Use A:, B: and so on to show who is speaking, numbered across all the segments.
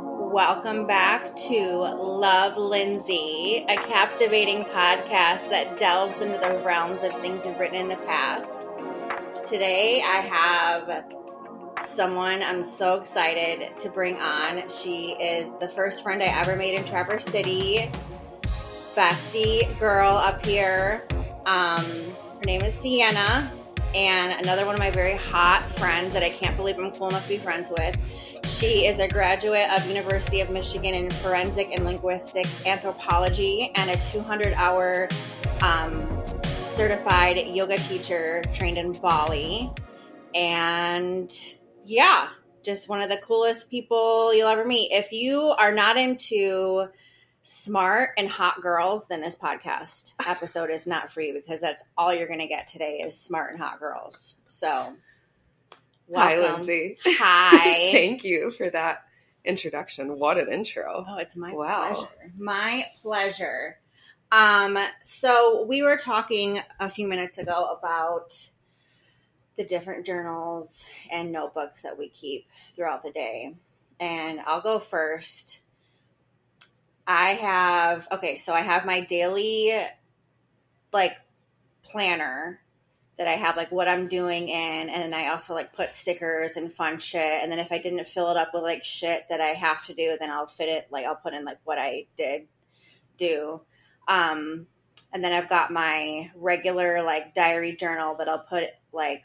A: Welcome back to Love Lindsay, a captivating podcast that delves into the realms of things we've written in the past. Today I have someone I'm so excited to bring on. She is the first friend I ever made in Traverse City, bestie girl up here. Um, her name is Sienna, and another one of my very hot friends that I can't believe I'm cool enough to be friends with. She is a graduate of University of Michigan in forensic and linguistic anthropology and a 200-hour um, certified yoga teacher trained in Bali. And yeah, just one of the coolest people you'll ever meet. If you are not into smart and hot girls, then this podcast episode is not for you because that's all you're going to get today is smart and hot girls. So, welcome.
B: Hi, Lindsay.
A: Hi.
B: Thank you for that introduction. What an intro.
A: oh, it's my
B: Wow.
A: pleasure. My pleasure. Um, so we were talking a few minutes ago about the different journals and notebooks that we keep throughout the day. And I'll go first. I have okay, so I have my daily like planner that I have like what I'm doing in and then I also like put stickers and fun shit and then if I didn't fill it up with like shit that I have to do then I'll fit it like I'll put in like what I did do. Um and then I've got my regular like diary journal that I'll put like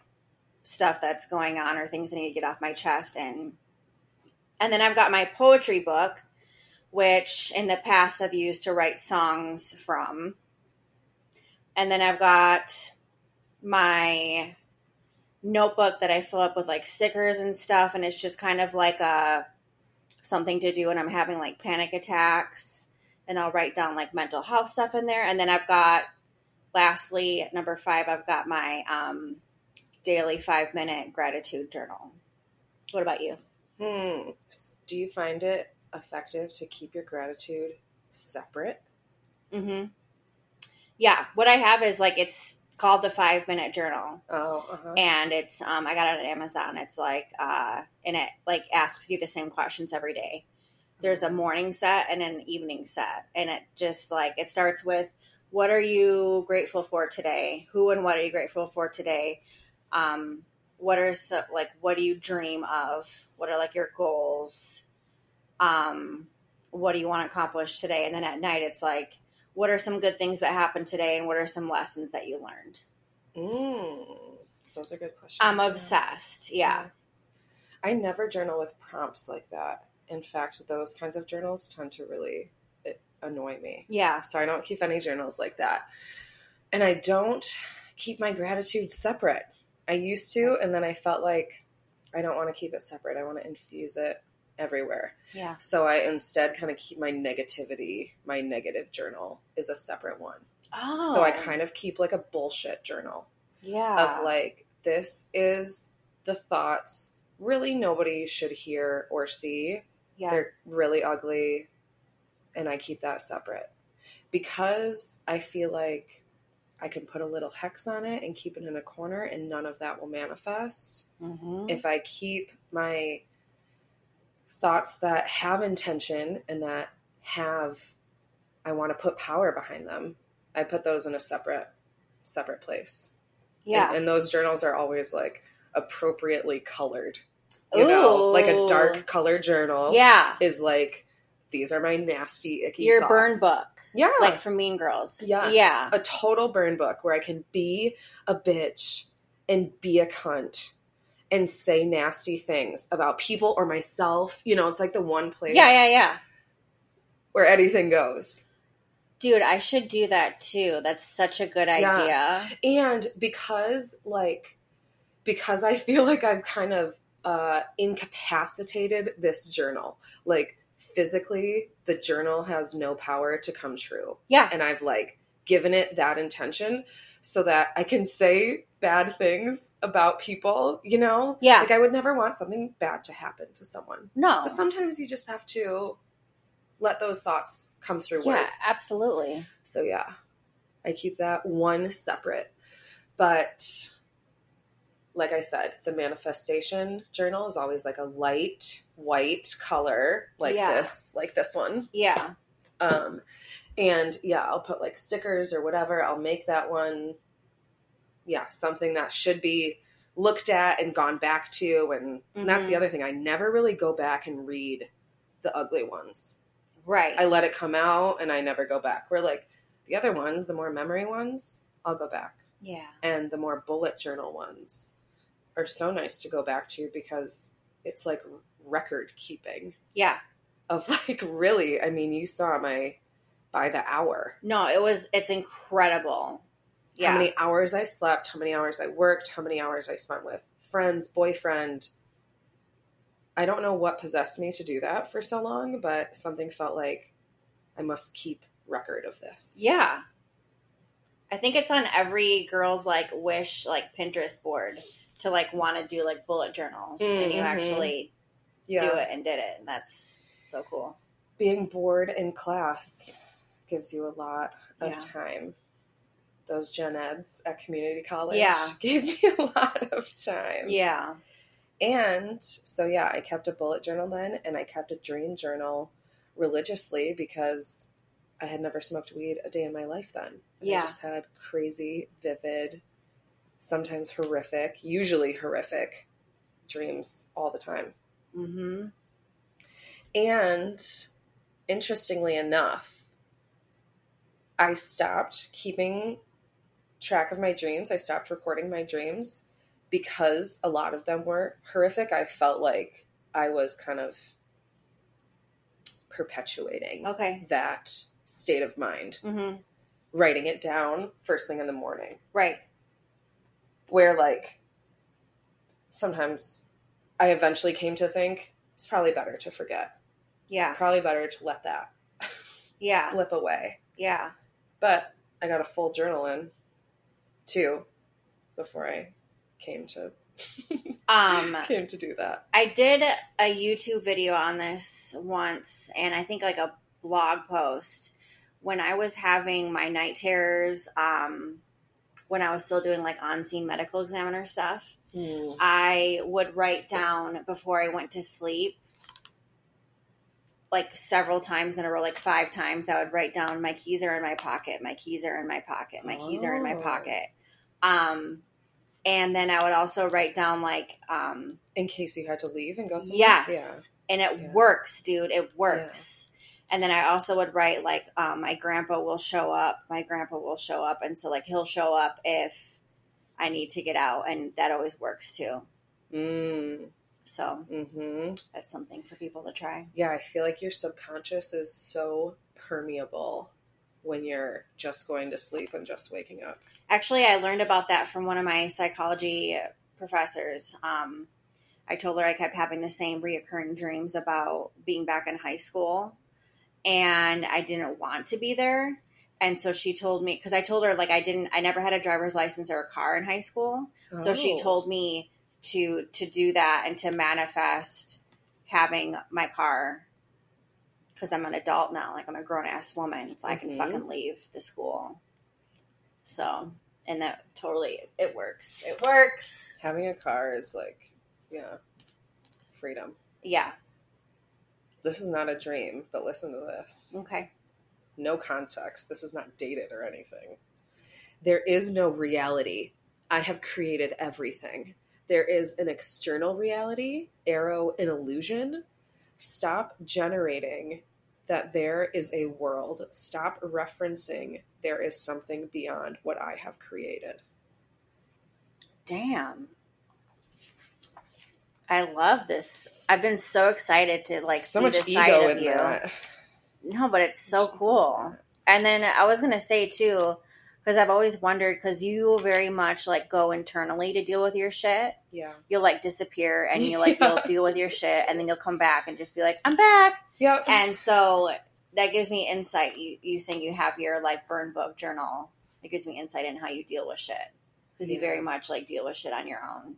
A: stuff that's going on or things I need to get off my chest and and then I've got my poetry book which in the past I've used to write songs from. And then I've got my notebook that I fill up with like stickers and stuff and it's just kind of like a something to do when I'm having like panic attacks and I'll write down like mental health stuff in there and then I've got lastly number 5 I've got my um daily 5 minute gratitude journal. What about you?
B: Hmm. Do you find it effective to keep your gratitude separate?
A: Mm-hmm. Yeah, what I have is like it's called the five minute journal,
B: Oh, uh-huh.
A: and it's um I got it on Amazon. It's like uh, and it like asks you the same questions every day. There's a morning set and an evening set, and it just like it starts with what are you grateful for today? Who and what are you grateful for today? Um, what are so, like what do you dream of? What are like your goals? Um, what do you want to accomplish today? And then at night, it's like what are some good things that happened today, and what are some lessons that you learned?
B: Mm. Those are good questions.
A: I'm obsessed. Yeah.
B: I never journal with prompts like that. In fact, those kinds of journals tend to really it, annoy me.
A: Yeah.
B: So I don't keep any journals like that. And I don't keep my gratitude separate. I used to, and then I felt like I don't want to keep it separate. I want to infuse it everywhere.
A: Yeah.
B: So I instead kind of keep my negativity, my negative journal is a separate one.
A: Oh.
B: So I kind of keep like a bullshit journal
A: yeah.
B: of like, this is the thoughts really nobody should hear or see.
A: yeah.
B: They're really ugly. And I keep that separate because I feel like I can put a little hex on it and keep it in a corner and none of that will manifest
A: Mhm.
B: if I keep my thoughts that have intention and that have I want to put power behind them, I put those in a separate separate place.
A: yeah.
B: And, and those journals are always like appropriately colored. You know,
A: Ooh.
B: like a dark color journal
A: Yeah.
B: is like these are my nasty icky
A: Your
B: thoughts.
A: burn book,
B: Yeah.
A: like from Mean Girls.
B: Yes.
A: Yeah.
B: A total burn book where I can be a bitch and be a cunt and say nasty things about people or myself. You know, it's like the one place
A: Yeah. Yeah. Yeah.
B: where anything goes.
A: Dude, I should do that too. That's such a good
B: Yeah.
A: idea.
B: And because, like, because I feel like I've kind of uh, incapacitated this journal, like, physically, the journal has no power to come true.
A: Yeah.
B: and I've like given it that intention so that I can say bad things about people, you know?
A: Yeah. Oh.
B: Like I would never want something bad to happen to someone.
A: No.
B: But sometimes you just have to let those thoughts come through
A: yeah.
B: words.
A: Absolutely.
B: So yeah. I keep that one separate. But like I said, the manifestation journal is always like a light white color, like
A: Yeah.
B: this, like this one.
A: Yeah.
B: Um, and yeah, I'll put like stickers or whatever. I'll make that one, yeah, something that should be looked at and gone back to. And that's the other thing. I never really go back and read the ugly ones.
A: Right.
B: I let it come out and I never go back. We're like the other ones, the more memory ones, I'll go back
A: yeah.
B: and the more bullet journal ones are so nice to go back to because it's like record keeping
A: Yeah.
B: of like really i mean you saw my by the hour
A: No, it was it's incredible. Yeah.
B: how many hours i slept how many hours i worked how many hours i spent with friends boyfriend i don't know what possessed me to do that for so long but something felt like i must keep record of this
A: yeah. I think it's on every girl's like wish like Pinterest board to like want to do like bullet journals and you
B: Mhm.
A: actually
B: yeah
A: do it and did it and that's so cool.
B: being bored in class gives you a lot of
A: Yeah.
B: time. Those gen eds at community college
A: Yeah.
B: gave me a lot of time.
A: Yeah.
B: And so, yeah, I kept a bullet journal then and I kept a dream journal religiously because I had never smoked weed a day in my life then. And
A: Yeah.
B: I just had crazy, vivid, sometimes horrific, usually horrific dreams all the time.
A: Mhm.
B: And interestingly enough, I stopped keeping track of my dreams. I stopped recording my dreams because a lot of them were horrific. I felt like I was kind of perpetuating
A: Okay.
B: that state of mind,
A: Mhm.
B: writing it down first thing in the morning
A: Right.
B: where like sometimes I eventually came to think it's probably better to forget.
A: Yeah.
B: Probably better to let that
A: Yeah.
B: slip away.
A: Yeah.
B: But I got a full journal in too before I came to
A: Um
B: came to do that.
A: I did a YouTube video on this once, and I think like a blog post when I was having my night terrors. Um, when I was still doing like on scene medical examiner stuff, hmm. I would write down before I went to sleep, like several times in a row, like five times. I would write down my keys are in my pocket, my keys are in my pocket, my keys are in my
B: Oh.
A: pocket. Um, and then I would also write down like, um,
B: In case you had to leave and go somewhere.
A: Yes. And it
B: Yeah.
A: works, dude. It works. And then I also would write like um, my grandpa will show up, my grandpa will show up, and so like he'll show up if I need to get out, and that always works too.
B: Yeah. Mm.
A: So
B: hmm
A: that's something for people to try.
B: Yeah, I feel like your subconscious is so permeable when you're just going to sleep and just waking up.
A: Actually, I learned about that from one of my psychology professors. Um, I told her I kept having the same reoccurring dreams about being back in high school and I didn't want to be there. And so she told me, because I told her, like, I didn't, I never had a driver's license or a car in high school. So she
B: Oh.
A: told me to to do that and to manifest having my car because I'm an adult now, like I'm a grown ass woman, so I can
B: Mhm.
A: fucking leave the school. So, and that totally it works. It works.
B: having a car is like, yeah, freedom.
A: Yeah.
B: This is not a dream, but listen to this.
A: Okay.
B: No context. This is not dated or anything. There is no reality. I have created everything. There is an external reality, arrow, an illusion. Stop generating that there is a world. Stop referencing there is something beyond what I have created.
A: Damn. I love this. I've been so excited to like
B: So
A: see
B: much
A: this side
B: ego
A: of
B: in
A: you.
B: that.
A: No, but it's so cool. And then I was gonna say too, because I've always wondered, because you very much like go internally to deal with your shit.
B: Yeah.
A: You'll like disappear, and you like you'll
B: Yeah.
A: deal with your shit, and then you'll come back and just be like, "I'm back."
B: Yep.
A: And so that gives me insight. You you saying you have your like burn book journal. It gives me insight in how you deal with shit, because you
B: Yeah.
A: very much like deal with shit on your own.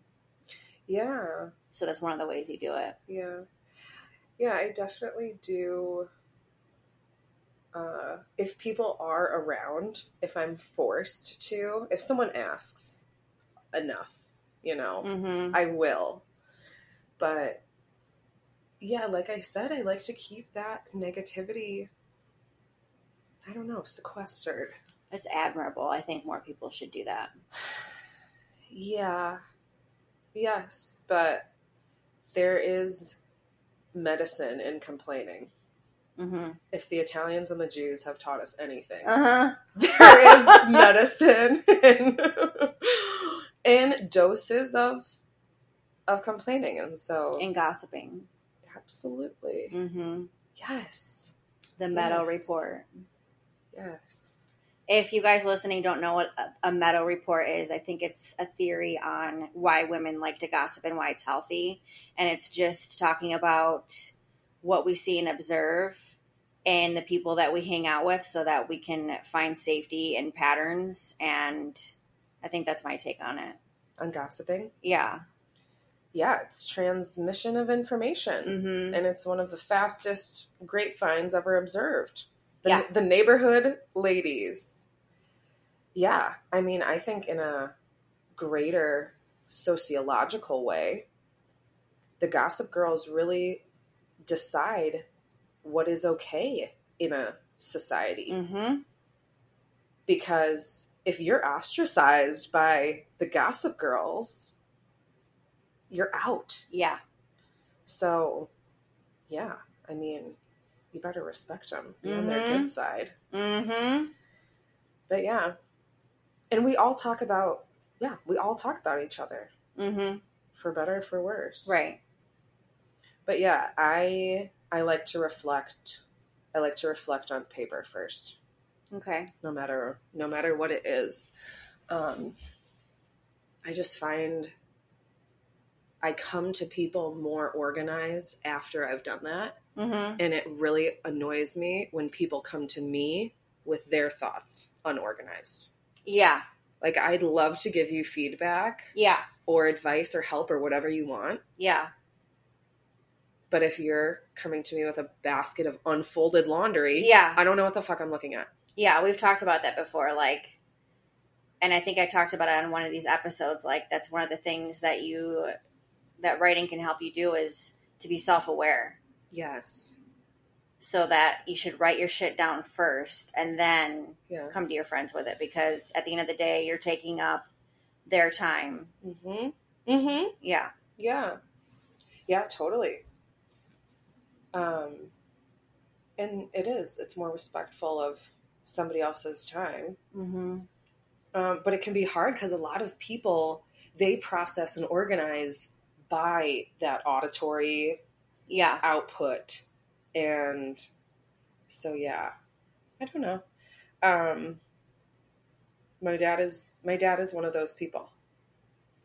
B: yeah.
A: So that's one of the ways you do it.
B: Yeah. Yeah, I definitely do. Uh, if people are around, if I'm forced to, if someone asks enough, you know
A: Mm-hmm.
B: I will. But yeah, like I said, I like to keep that negativity, I don't know, sequestered.
A: It's admirable. I think more people should do that.
B: Yeah. Yes, but there is medicine in complaining.
A: Mm-hmm.
B: If the Italians and the Jews have taught us anything,
A: Uh-huh.
B: there is medicine in, in doses of of complaining. And so
A: And gossiping.
B: absolutely.
A: Mm-hmm.
B: Yes.
A: The Meadow
B: Yes.
A: Report.
B: Yes.
A: If you guys listening don't know what a- a Meadow Report is, I think it's a theory on why women like to gossip and why it's healthy. And it's just talking about what we see and observe and the people that we hang out with so that we can find safety in patterns. And I think that's my take on it.
B: On gossiping.
A: Yeah.
B: Yeah, it's transmission of information.
A: Mm-hmm.
B: And it's one of the fastest grapevines ever observed. The,
A: Yeah.
B: the neighborhood ladies. Yeah, I mean, I think in a greater sociological way, the gossip girls really decide what is okay in a society.
A: Mm-hmm.
B: because if you're ostracized by the gossip girls you're out
A: Yeah.
B: so yeah i mean you better respect them be on their
A: Mhm.
B: good side
A: Mm-hmm.
B: but yeah and we all talk about yeah we all talk about each other
A: Mm-hmm.
B: for better or for worse
A: Right.
B: but yeah i i like to reflect i like to reflect on paper first
A: Okay.
B: no matter no matter what it is um i just find i come to people more organized after i've done that
A: Mm-hmm.
B: and it really annoys me when people come to me with their thoughts unorganized
A: Yeah.
B: like i'd love to give you feedback
A: Yeah.
B: or advice or help or whatever you want
A: Yeah.
B: but if you're coming to me with a basket of unfolded laundry
A: Yeah.
B: i don't know what the fuck i'm looking at
A: Yeah, we've talked about that before. Like, and I think I talked about it on one of these episodes. Like, that's one of the things that you, that writing can help you do is to be self aware
B: yes
A: so that you should write your shit down first and then
B: yeah
A: come to your friends with it because at the end of the day, you're taking up their time.
B: mm-hmm mm-hmm
A: Yeah.
B: Yeah. Yeah, totally. Um and it is. It's more respectful of somebody else's time.
A: Mm-hmm.
B: Um, but it can be hard because a lot of people they process and organize by that auditory
A: Yeah.
B: output. And so yeah. I don't know. Um my dad is my dad is one of those people.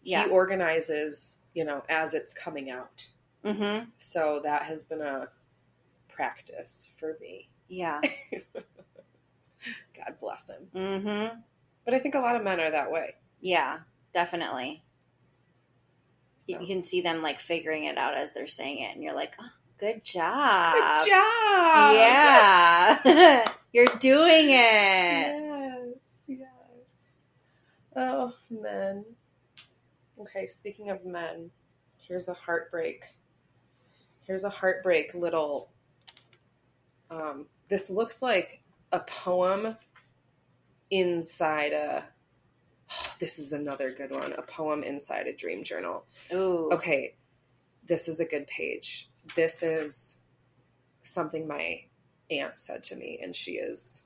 A: Yeah.
B: He organizes, you know, as it's coming out.
A: Mm-hmm.
B: So that has been a practice for me.
A: Yeah.
B: God bless him.
A: Mm-hmm.
B: But I think a lot of men are that way.
A: Yeah. Definitely.
B: So.
A: You can see them like figuring it out as they're saying it, and you're like, oh, good
B: Good
A: job.
B: job.
A: Yeah. You're doing it.
B: Yes. Yes. Oh, men. Okay, speaking of men, here's a heartbreak. Here's a heartbreak little um this looks like a poem inside a this is another good one, a poem inside a dream journal.
A: Ooh.
B: okay, this is a good page. This is something my aunt said to me, and she is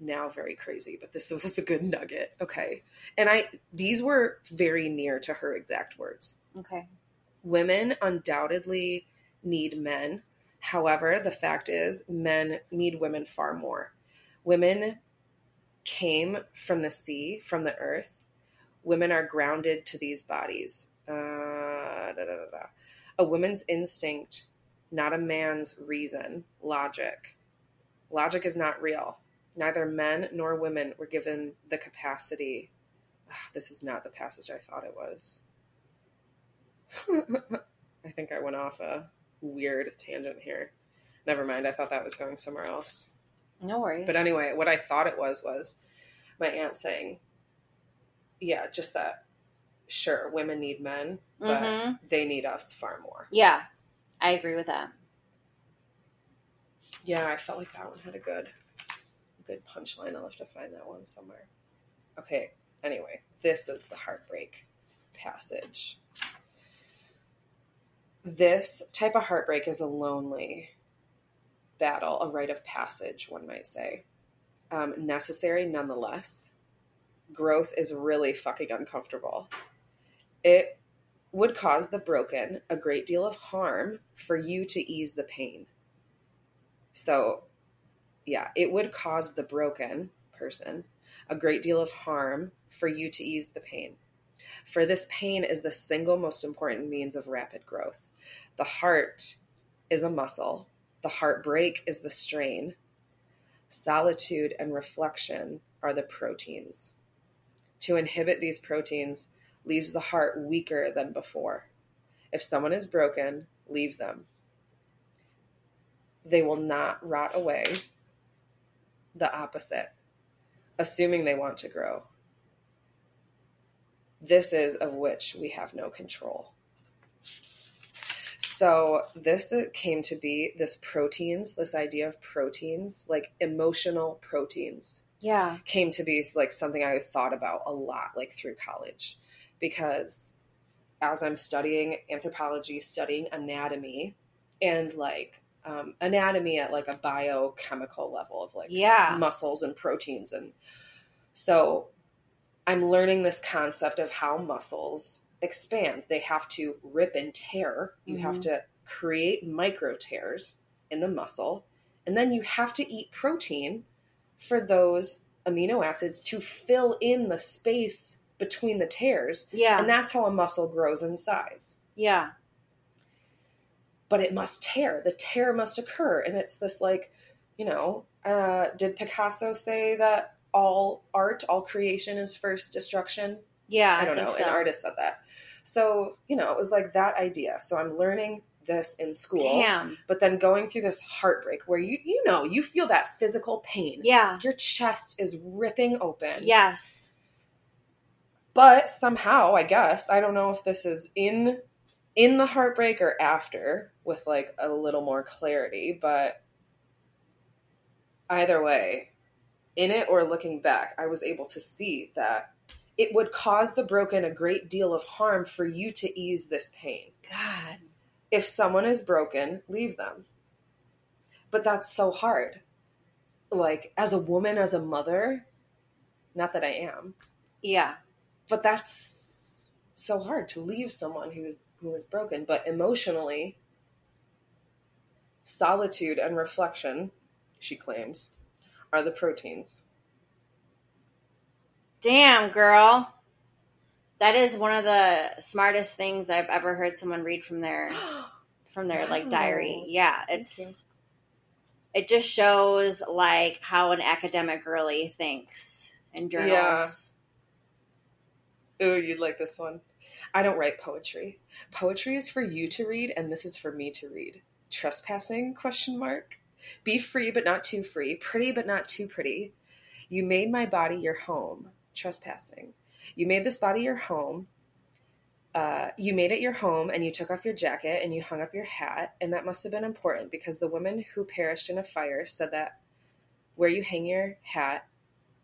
B: now very crazy, but this was a good nugget. Okay. And I, these were very near to her exact words.
A: Okay.
B: Women undoubtedly need men. However, the fact is, men need women far more. Women came from the sea, from the earth. Women are grounded to these bodies. Uh, da, da, da, da. A woman's instinct, not a man's reason, logic. Logic is not real. Neither men nor women were given the capacity. Ah, this is not the passage I thought it was. I think I went off a weird tangent here. Never mind, I thought that was going somewhere else.
A: No worries.
B: But anyway, what I thought it was was my aunt saying, yeah, just that sure, women need men, but
A: hmm
B: they need us far more.
A: Yeah, I agree with that.
B: Yeah, I felt like that one had a good, good punchline. I'll have to find that one somewhere. Okay. Anyway, this is the heartbreak passage. This type of heartbreak is a lonely battle, a rite of passage, one might say. Um, necessary nonetheless. Growth is really fucking uncomfortable. It would cause the broken a great deal of harm for you to ease the pain. So, yeah, it would cause the broken person a great deal of harm for you to ease the pain. For this pain is the single most important means of rapid growth. The heart is a muscle, the heartbreak is the strain. Solitude and reflection are the proteins. To inhibit these proteins leaves the heart weaker than before. If someone is broken, leave them they will not rot away. The opposite, assuming they want to grow. This is of which we have no control. So, this came to be this proteins, this idea of proteins, like emotional proteins
A: Yeah.
B: came to be like something I thought about a lot, like through college, because as I'm studying anthropology, studying anatomy, and like um, anatomy at like a biochemical level of like
A: Yeah.
B: muscles and proteins, and so I'm learning this concept of how muscles expand. They have to rip and tear. You have
A: Mhm.
B: to create micro tears in the muscle, and then you have to eat protein for those amino acids to fill in the space between the tears.
A: Yeah.
B: And that's how a muscle grows in size.
A: yeah.
B: But it must tear. The tear must occur. And it's this like, you know, uh, did Picasso say that all art, all creation is first destruction?
A: Yeah.
B: I don't
A: think
B: know.
A: So.
B: An artist said that. So, you know, it was like that idea. So I'm learning this in school.
A: Damn.
B: But then going through this heartbreak where you, you know, you feel that physical pain.
A: Yeah.
B: Your chest is ripping open.
A: Yes.
B: but somehow i guess i don't know if this is in in the heartbreak or after with like a little more clarity but either way in it or looking back i was able to see that it would cause the broken a great deal of harm for you to ease this pain
A: God.
B: if someone is broken leave them but that's so hard like as a woman as a mother not that i am
A: Yeah.
B: but that's so hard to leave someone who is who is broken but emotionally solitude and reflection she claims are the proteins
A: Damn, girl. That is one of the smartest things I've ever heard someone read from their from their like
B: Wow.
A: diary. Yeah, it's it just shows like how an academic really thinks and journals.
B: ooh you'd like this one i don't write poetry poetry is for you to read and this is for me to read trespassing question mark be free but not too free pretty but not too pretty you made my body your home trespassing you made this body your home uh, you made it your home and you took off your jacket and you hung up your hat, and that must have been important because the woman who perished in a fire said that where you hang your hat,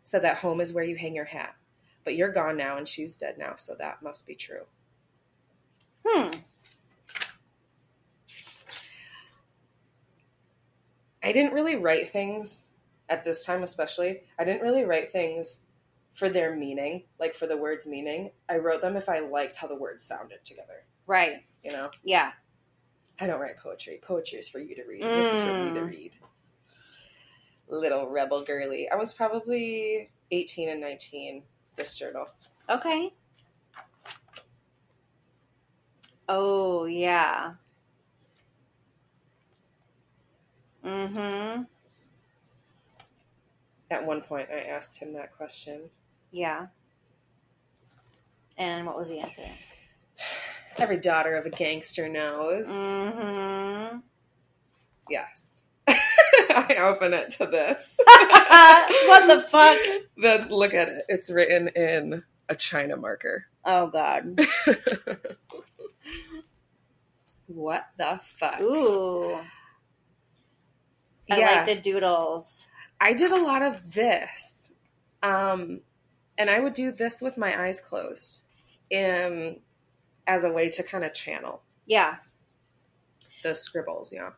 B: said that home is where you hang your hat. But you're gone now and she's dead now, so that must be true.
A: Hmm.
B: I didn't really write things at this time, especially. I didn't really write things for their meaning, like for the words' meaning. I wrote them if I liked how the words sounded together,
A: Right.
B: you know?
A: Yeah.
B: I don't write poetry. Poetry is for you to read. This is for me to
A: Mm.
B: read. Little rebel girly. I was probably 18 and 19, this journal.
A: Okay. Oh yeah. Mm-hmm.
B: At one point, I asked him that question.
A: Yeah. And what was the answer?
B: Every daughter of a gangster knows.
A: Mm. Mm-hmm.
B: Yes. I open it to this.
A: Uh, what the fuck?
B: Then look at it. It's written in a China marker.
A: Oh God.
B: What the fuck?
A: Ooh. I
B: yeah,
A: like the doodles.
B: I did a lot of this, um, and I would do this with my eyes closed, um, as a way to kind of channel
A: Yeah.
B: the scribbles. Yeah.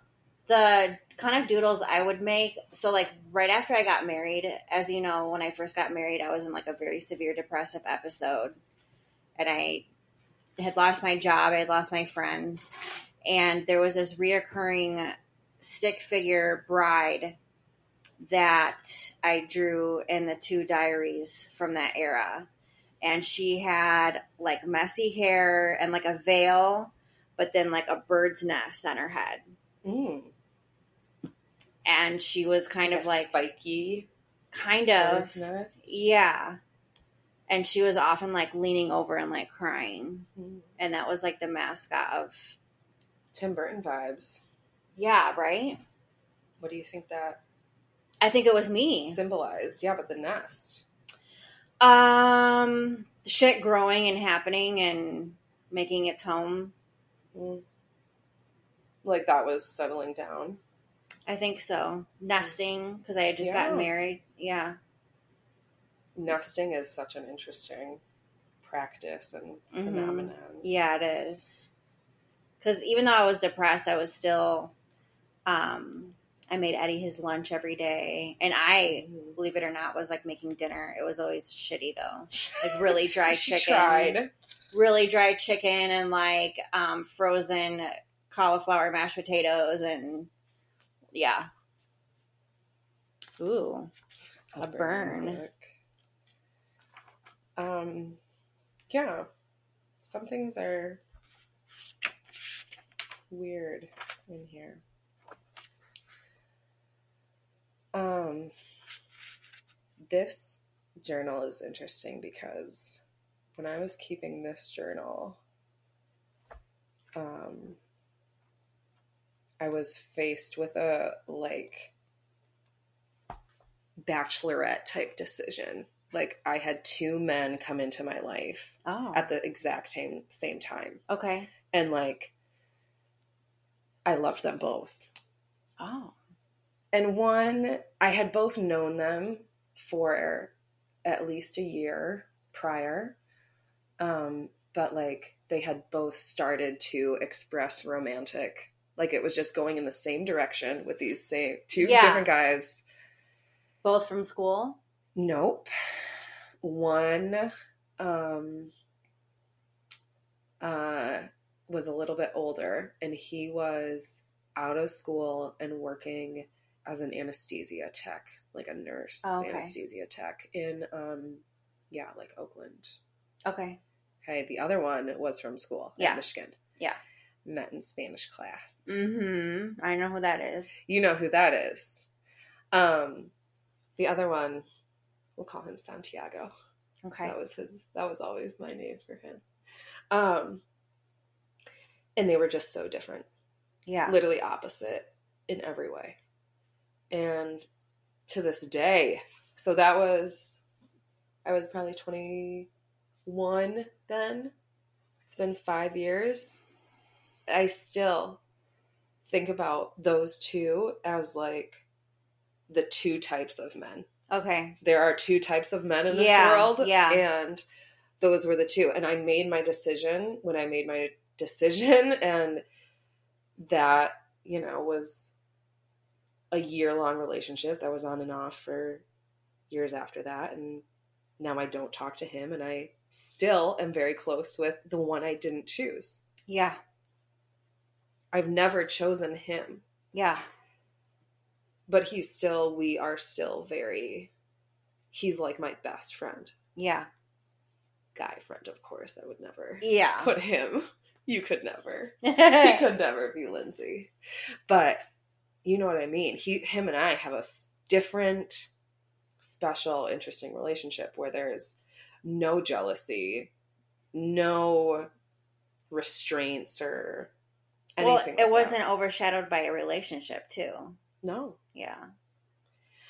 A: The kind of doodles I would make. So like right after I got married, as you know, when I first got married, I was in like a very severe depressive episode. And I had lost my job, I had lost my friends, and there was this reoccurring stick figure bride that I drew in the two diaries from that era. And she had like messy hair and like a veil, but then like a bird's nest on her head.
B: Mm.
A: And she was kind of
B: A
A: like,
B: spiky.
A: kind
B: bird's
A: of,
B: nest.
A: yeah. And she was often like leaning over and like crying.
B: Mm.
A: And that was like the mascot of,
B: Tim Burton vibes.
A: yeah, right?
B: What do you think that
A: I think it was me.
B: symbolized? Yeah, but the nest.
A: Um, shit growing and happening and making its home.
B: Mm. Like that was settling down.
A: I think so. Nesting because I had just gotten
B: Yeah.
A: married. Yeah,
B: Nesting is such an interesting practice and
A: Mhm.
B: phenomenon.
A: yeah, it is. Because even though I was depressed, I was still. Um, I made Eddie his lunch every day, and I,
B: Mm.
A: believe it or not, was like making dinner. It was always shitty though, like really dry
B: she
A: chicken.
B: tried.
A: really dry chicken and like um, frozen cauliflower mashed potatoes and yeah. Ooh, A burn.
B: book. Um, yeah, some things are weird in here. Um, this journal is interesting because when I was keeping this journal, um, I was faced with a like bachelorette type decision. Like I had two men come into my life
A: oh,
B: at the exact same same time,
A: okay,
B: and like I loved them both.
A: oh,
B: And one, I had both known them for at least a year prior, um, but like they had both started to express romantic. Like it was just going in the same direction with these same two
A: Yeah.
B: different guys.
A: both from school.
B: Nope. One um uh was a little bit older and he was out of school and working as an anesthesia tech, like a nurse
A: Oh, okay.
B: anesthesia tech in um yeah, like Oakland.
A: Okay,
B: Okay, the other one was from school in
A: Yeah.
B: Michigan.
A: Yeah.
B: Met in Spanish class.
A: mm-hmm. I know who that is.
B: You know who that is. Um the other one, we'll call him Santiago.
A: Okay,
B: That was his. That was always my name for him. Um, and they were just so different,
A: yeah,
B: literally opposite in every way. And to this day, so that was, I was probably twenty one then. It's been five years. I still think about those two as like the two types of men
A: okay,
B: there are two types of men in this
A: Yeah,
B: world.
A: yeah.
B: And those were the two. And I made my decision when I made my decision. And that, you know, was a year long relationship that was on and off for years after that. And now I don't talk to him. And I still am very close with the one I didn't choose.
A: yeah,
B: I've never chosen him,
A: yeah,
B: but he's still, we are still very, he's like my best friend.
A: yeah,
B: guy friend, of course. I would never
A: yeah. Eh.
B: put him. You could never. He could never be Lindsay. But you know what I mean. He, him, and I have a s- different, special, interesting relationship where there's no jealousy, no restraints or anything.
A: well,
B: like
A: it
B: that.
A: wasn't overshadowed by a relationship too.
B: No,
A: Yeah,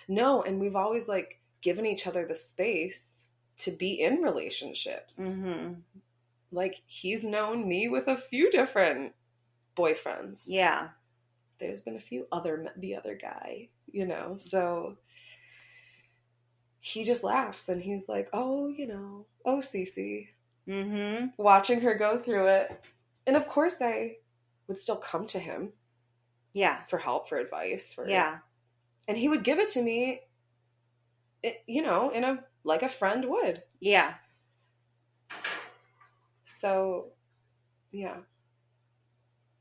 B: no, and we've always like given each other the space to be in relationships.
A: mm-hmm.
B: like he's known me with a few different boyfriends.
A: Yeah.
B: There's been a few other me- the other guy, you know. So he just laughs and he's like, "Oh, you know, oh Cece,
A: Mm-hmm.
B: watching her go through it." And of course I would still come to him
A: Yeah.
B: for help, for advice, for
A: Yeah.
B: And he would give it to me it, you know, in a like a friend would.
A: Yeah.
B: So yeah.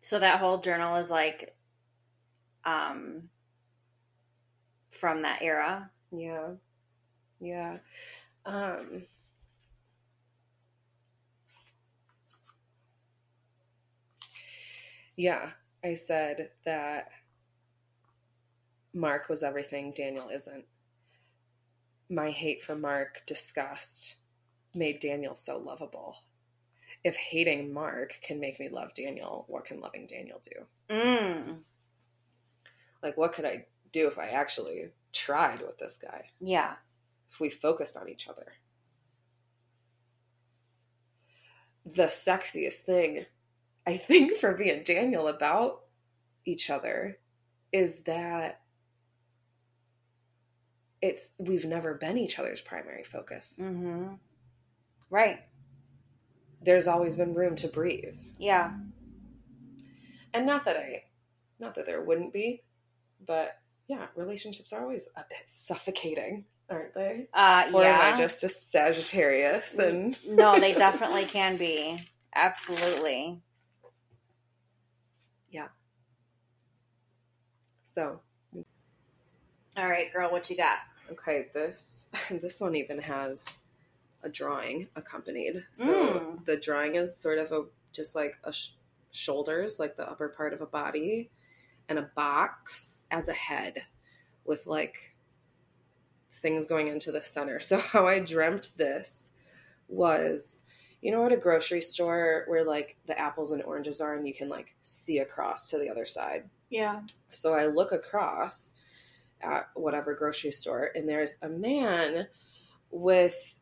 A: So that whole journal is like um from that era.
B: Yeah. Yeah. Um Yeah, I said that Mark was everything Daniel isn't. My hate for Mark, disgust, made Daniel so lovable. If hating Mark can make me love Daniel, what can loving Daniel do?
A: Mm.
B: Like, what could I do if I actually tried with this guy?
A: Yeah.
B: if we focused on each other. The sexiest thing, I think, for me and Daniel about each other is that it's we've never been each other's primary focus.
A: Mm-hmm. Right.
B: There's always been room to breathe.
A: Yeah.
B: And not that I not that there wouldn't be, but yeah, relationships are always a bit suffocating, aren't they?
A: Uh
B: Or
A: yeah.
B: am I just a Sagittarius and
A: no, they definitely can be. Absolutely.
B: so
A: All right, girl, what you got?
B: Okay, this this one even has a drawing accompanied. So
A: Mm.
B: the drawing is sort of a just like a sh- shoulders, like the upper part of a body, and a box as a head with like things going into the center. So how I dreamt this was you know at a grocery store where like the apples and oranges are and you can like see across to the other side.
A: Yeah.
B: So I look across at whatever grocery store, and there's a man with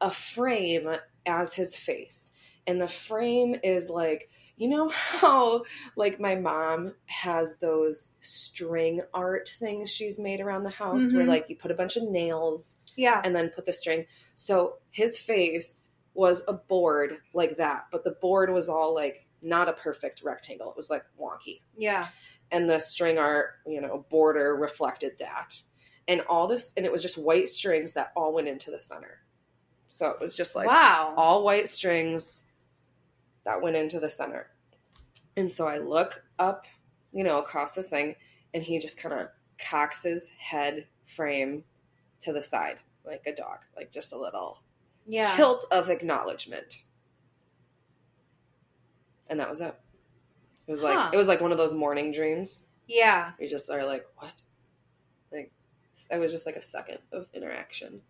B: a frame as his face. And the frame is like, you know how like my mom has those string art things she's made around the house where
A: Mhm.
B: like you put a bunch of nails
A: Yeah.
B: and then put the string. So his face was a board like that, but the board was all like not a perfect rectangle. It was like wonky
A: Yeah.
B: and the string art, you know, border reflected that. And all this, and it was just white strings that all went into the center. So it was just like
A: wow.
B: all white strings that went into the center. And so I look up, you know, across this thing, and he just kind of cocks his head frame to the side like a dog, like just a little
A: yeah.
B: tilt of acknowledgement. And that was it. It was like
A: Huh.
B: it was like one of those morning dreams
A: yeah.
B: you just are like, what? Like, it was just like a second of interaction.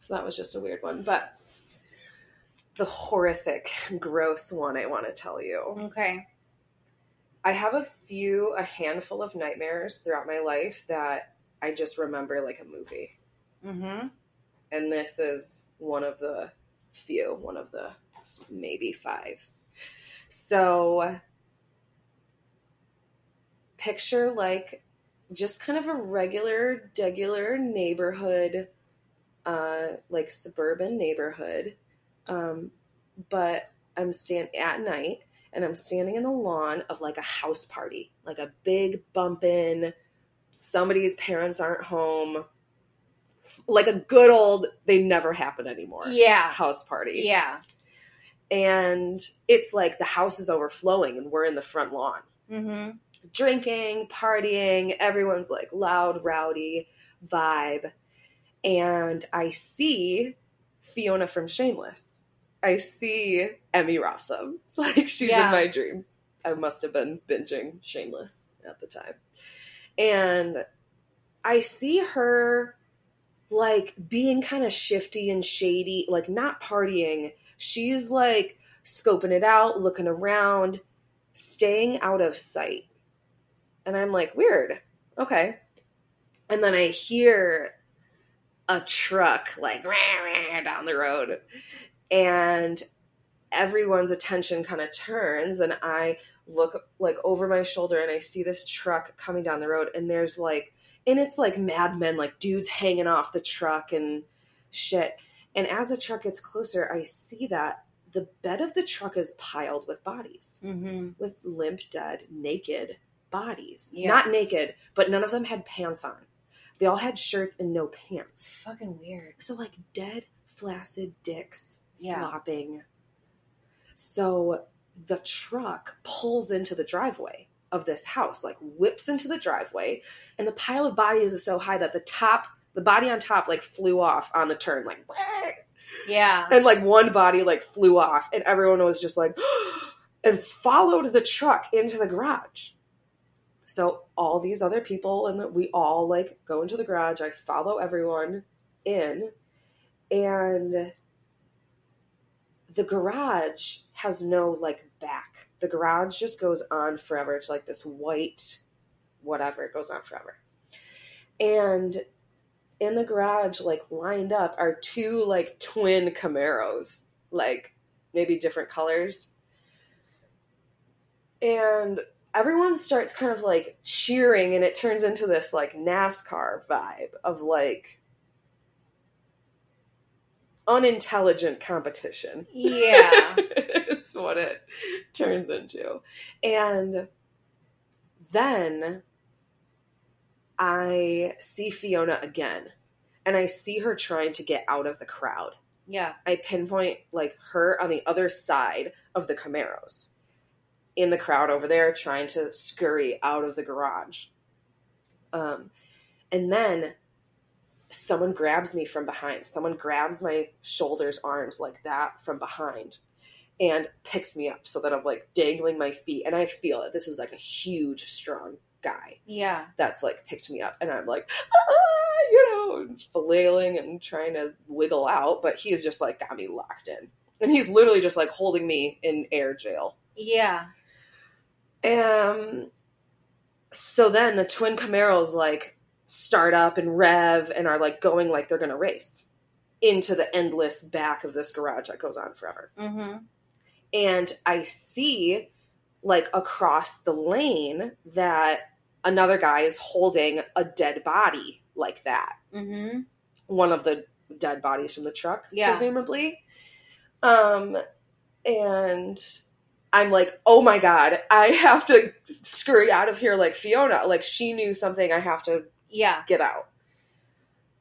B: So that was just a weird one. But the horrific, gross one I want to tell you.
A: Okay.
B: I have a few, a handful of nightmares throughout my life that I just remember like a movie.
A: Mm-hmm.
B: And this is one of the few, one of the maybe five. So picture like just kind of a regular, regular neighborhood, uh, like suburban neighborhood. Um, but I'm stand at night and I'm standing in the lawn of like a house party, like a big bump in. Somebody's parents aren't home. Like a good old, they never happen anymore.
A: Yeah.
B: House party
A: Yeah.
B: and it's like the house is overflowing and we're in the front lawn
A: Mm-hmm.
B: drinking partying everyone's like loud rowdy vibe and i see fiona from shameless i see emmy rossum like she's
A: Yeah.
B: in my dream i must have been binging shameless at the time and i see her like being kind of shifty and shady like not partying she's like scoping it out, looking around, staying out of sight. And I'm like, weird. Okay. And then I hear a truck like rah, rah, down the road. And everyone's attention kind of turns and I look like over my shoulder and I see this truck coming down the road and there's like and it's like Mad Men like dudes hanging off the truck and shit. And as the truck gets closer, I see that the bed of the truck is piled with bodies,
A: Mm-hmm.
B: with limp, dead, naked bodies.
A: Yeah.
B: Not naked, but none of them had pants on. They all had shirts and no pants.
A: It's fucking weird.
B: So like dead, flaccid dicks
A: Yeah.
B: flopping. So the truck pulls into the driveway of this house, like whips into the driveway, and the pile of bodies is so high that the top, the body on top, like flew off on the turn, like
A: Yeah.
B: and like one body like flew off, and everyone was just like, and followed the truck into the garage. So all these other people, and we all like go into the garage. I follow everyone in, and the garage has no like back. The garage just goes on forever. It's like this white, whatever. It goes on forever, and in the garage, like lined up, are two like twin Camaros, like maybe different colors. And everyone starts kind of like cheering, and it turns into this like NASCAR vibe of like unintelligent competition.
A: Yeah.
B: it's what it turns into. And then I see Fiona again and I see her trying to get out of the crowd.
A: yeah.
B: I pinpoint like her on the other side of the Camaros in the crowd over there trying to scurry out of the garage. Um, and then someone grabs me from behind. Someone grabs my shoulders, arms like that from behind and picks me up so that I'm like dangling my feet. And I feel it. This is like a huge, strong guy
A: Yeah.
B: that's like picked me up and i'm like ah, you know flailing and trying to wiggle out but he's just like got me locked in and he's literally just like holding me in air jail
A: Yeah.
B: um so then the twin camaros like start up and rev and are like going like they're gonna race into the endless back of this garage that goes on forever
A: Mm-hmm.
B: and I see like across the lane that another guy is holding a dead body like that.
A: Mm-hmm.
B: One of the dead bodies from the truck,
A: Yeah.
B: presumably. Um and I'm like, oh my god, I have to scurry out of here like Fiona. Like she knew something, I have to
A: Yeah.
B: get out.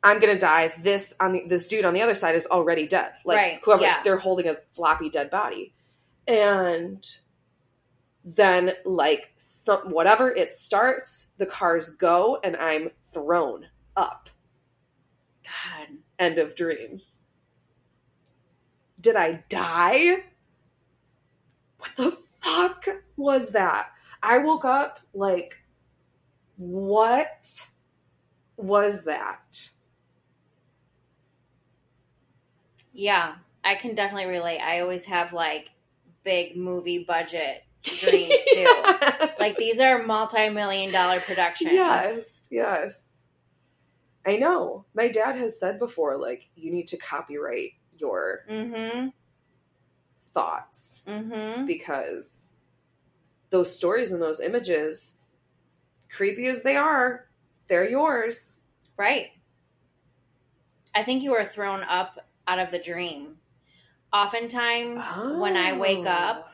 B: I'm gonna die. This on the, this dude on the other side is already dead. Like
A: Right,
B: whoever
A: yeah.
B: they're holding a floppy dead body, and then like some whatever it starts, the cars go, and I'm thrown up.
A: God.
B: End of dream. Did I die? What the fuck was that? I woke up like, what was that?
A: Yeah. I can definitely relate. I always have like big movie budget dreams too.
B: Yeah.
A: Like these are multi-million dollar productions.
B: Yes, yes. I know. My dad has said before, like, you need to copyright your
A: Mm-hmm.
B: thoughts
A: Mm-hmm.
B: because those stories and those images, creepy as they are, they're yours.
A: Right. I think you were thrown up out of the dream. Oftentimes when I
B: Oh.
A: wake
B: Ah.
A: up,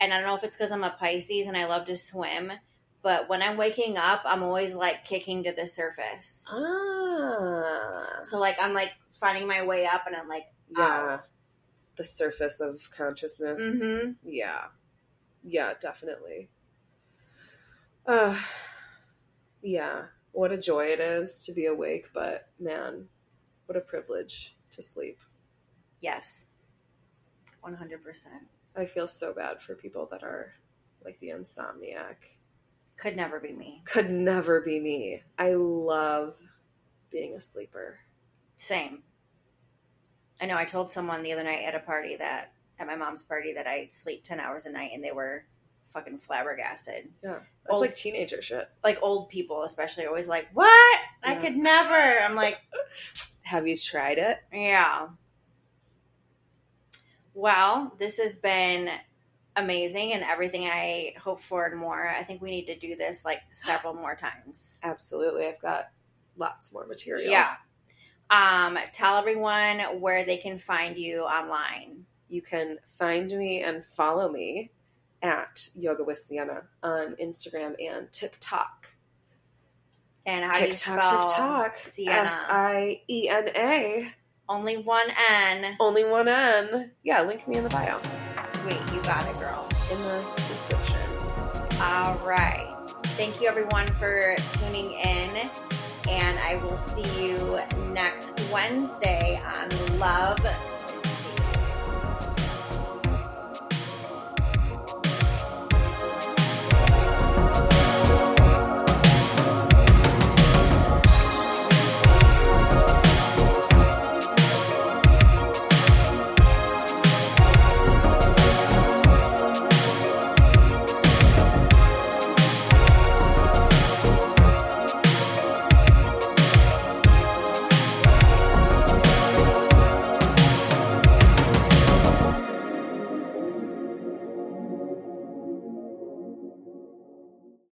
A: and I don't know if it's because I'm a Pisces and I love to swim, but when I'm waking up, I'm always like kicking to the surface.
B: Ah.
A: So like I'm like finding my way up, and I'm like,
B: Yeah. The surface of consciousness.
A: mm-hmm.
B: Yeah. Yeah, definitely. Uh yeah. What a joy it is to be awake, but man, what a privilege to sleep.
A: yes, one hundred percent.
B: I feel so bad for people that are like the insomniac.
A: Could never be me.
B: Could never be me. I love being a sleeper.
A: Same. I know. I told someone the other night at a party that at my mom's party that I sleep ten hours a night, and they were fucking flabbergasted.
B: That's
A: Oh.
B: like teenager shit.
A: Like old people, especially, always like, "What? I
B: Yeah.
A: could never." I'm like,
B: Have you tried it?
A: yeah. Well, this has been amazing and everything I hope for and more. I think we need to do this like several more times.
B: Absolutely. I've got lots more material.
A: Yeah. Um, tell everyone where they can find you online.
B: You can find me and follow me at Yoga with Sienna on Instagram and TikTok.
A: And how do
B: TikTok,
A: you spell
B: TikTok.
A: Sienna?
B: S I E N A.
A: Only one N.
B: Only one N. Yeah, link me in the bio,
A: Sweet, you got it, girl.
B: in the description.
A: All right. Thank you, everyone, for tuning in. And I will see you next Wednesday on Love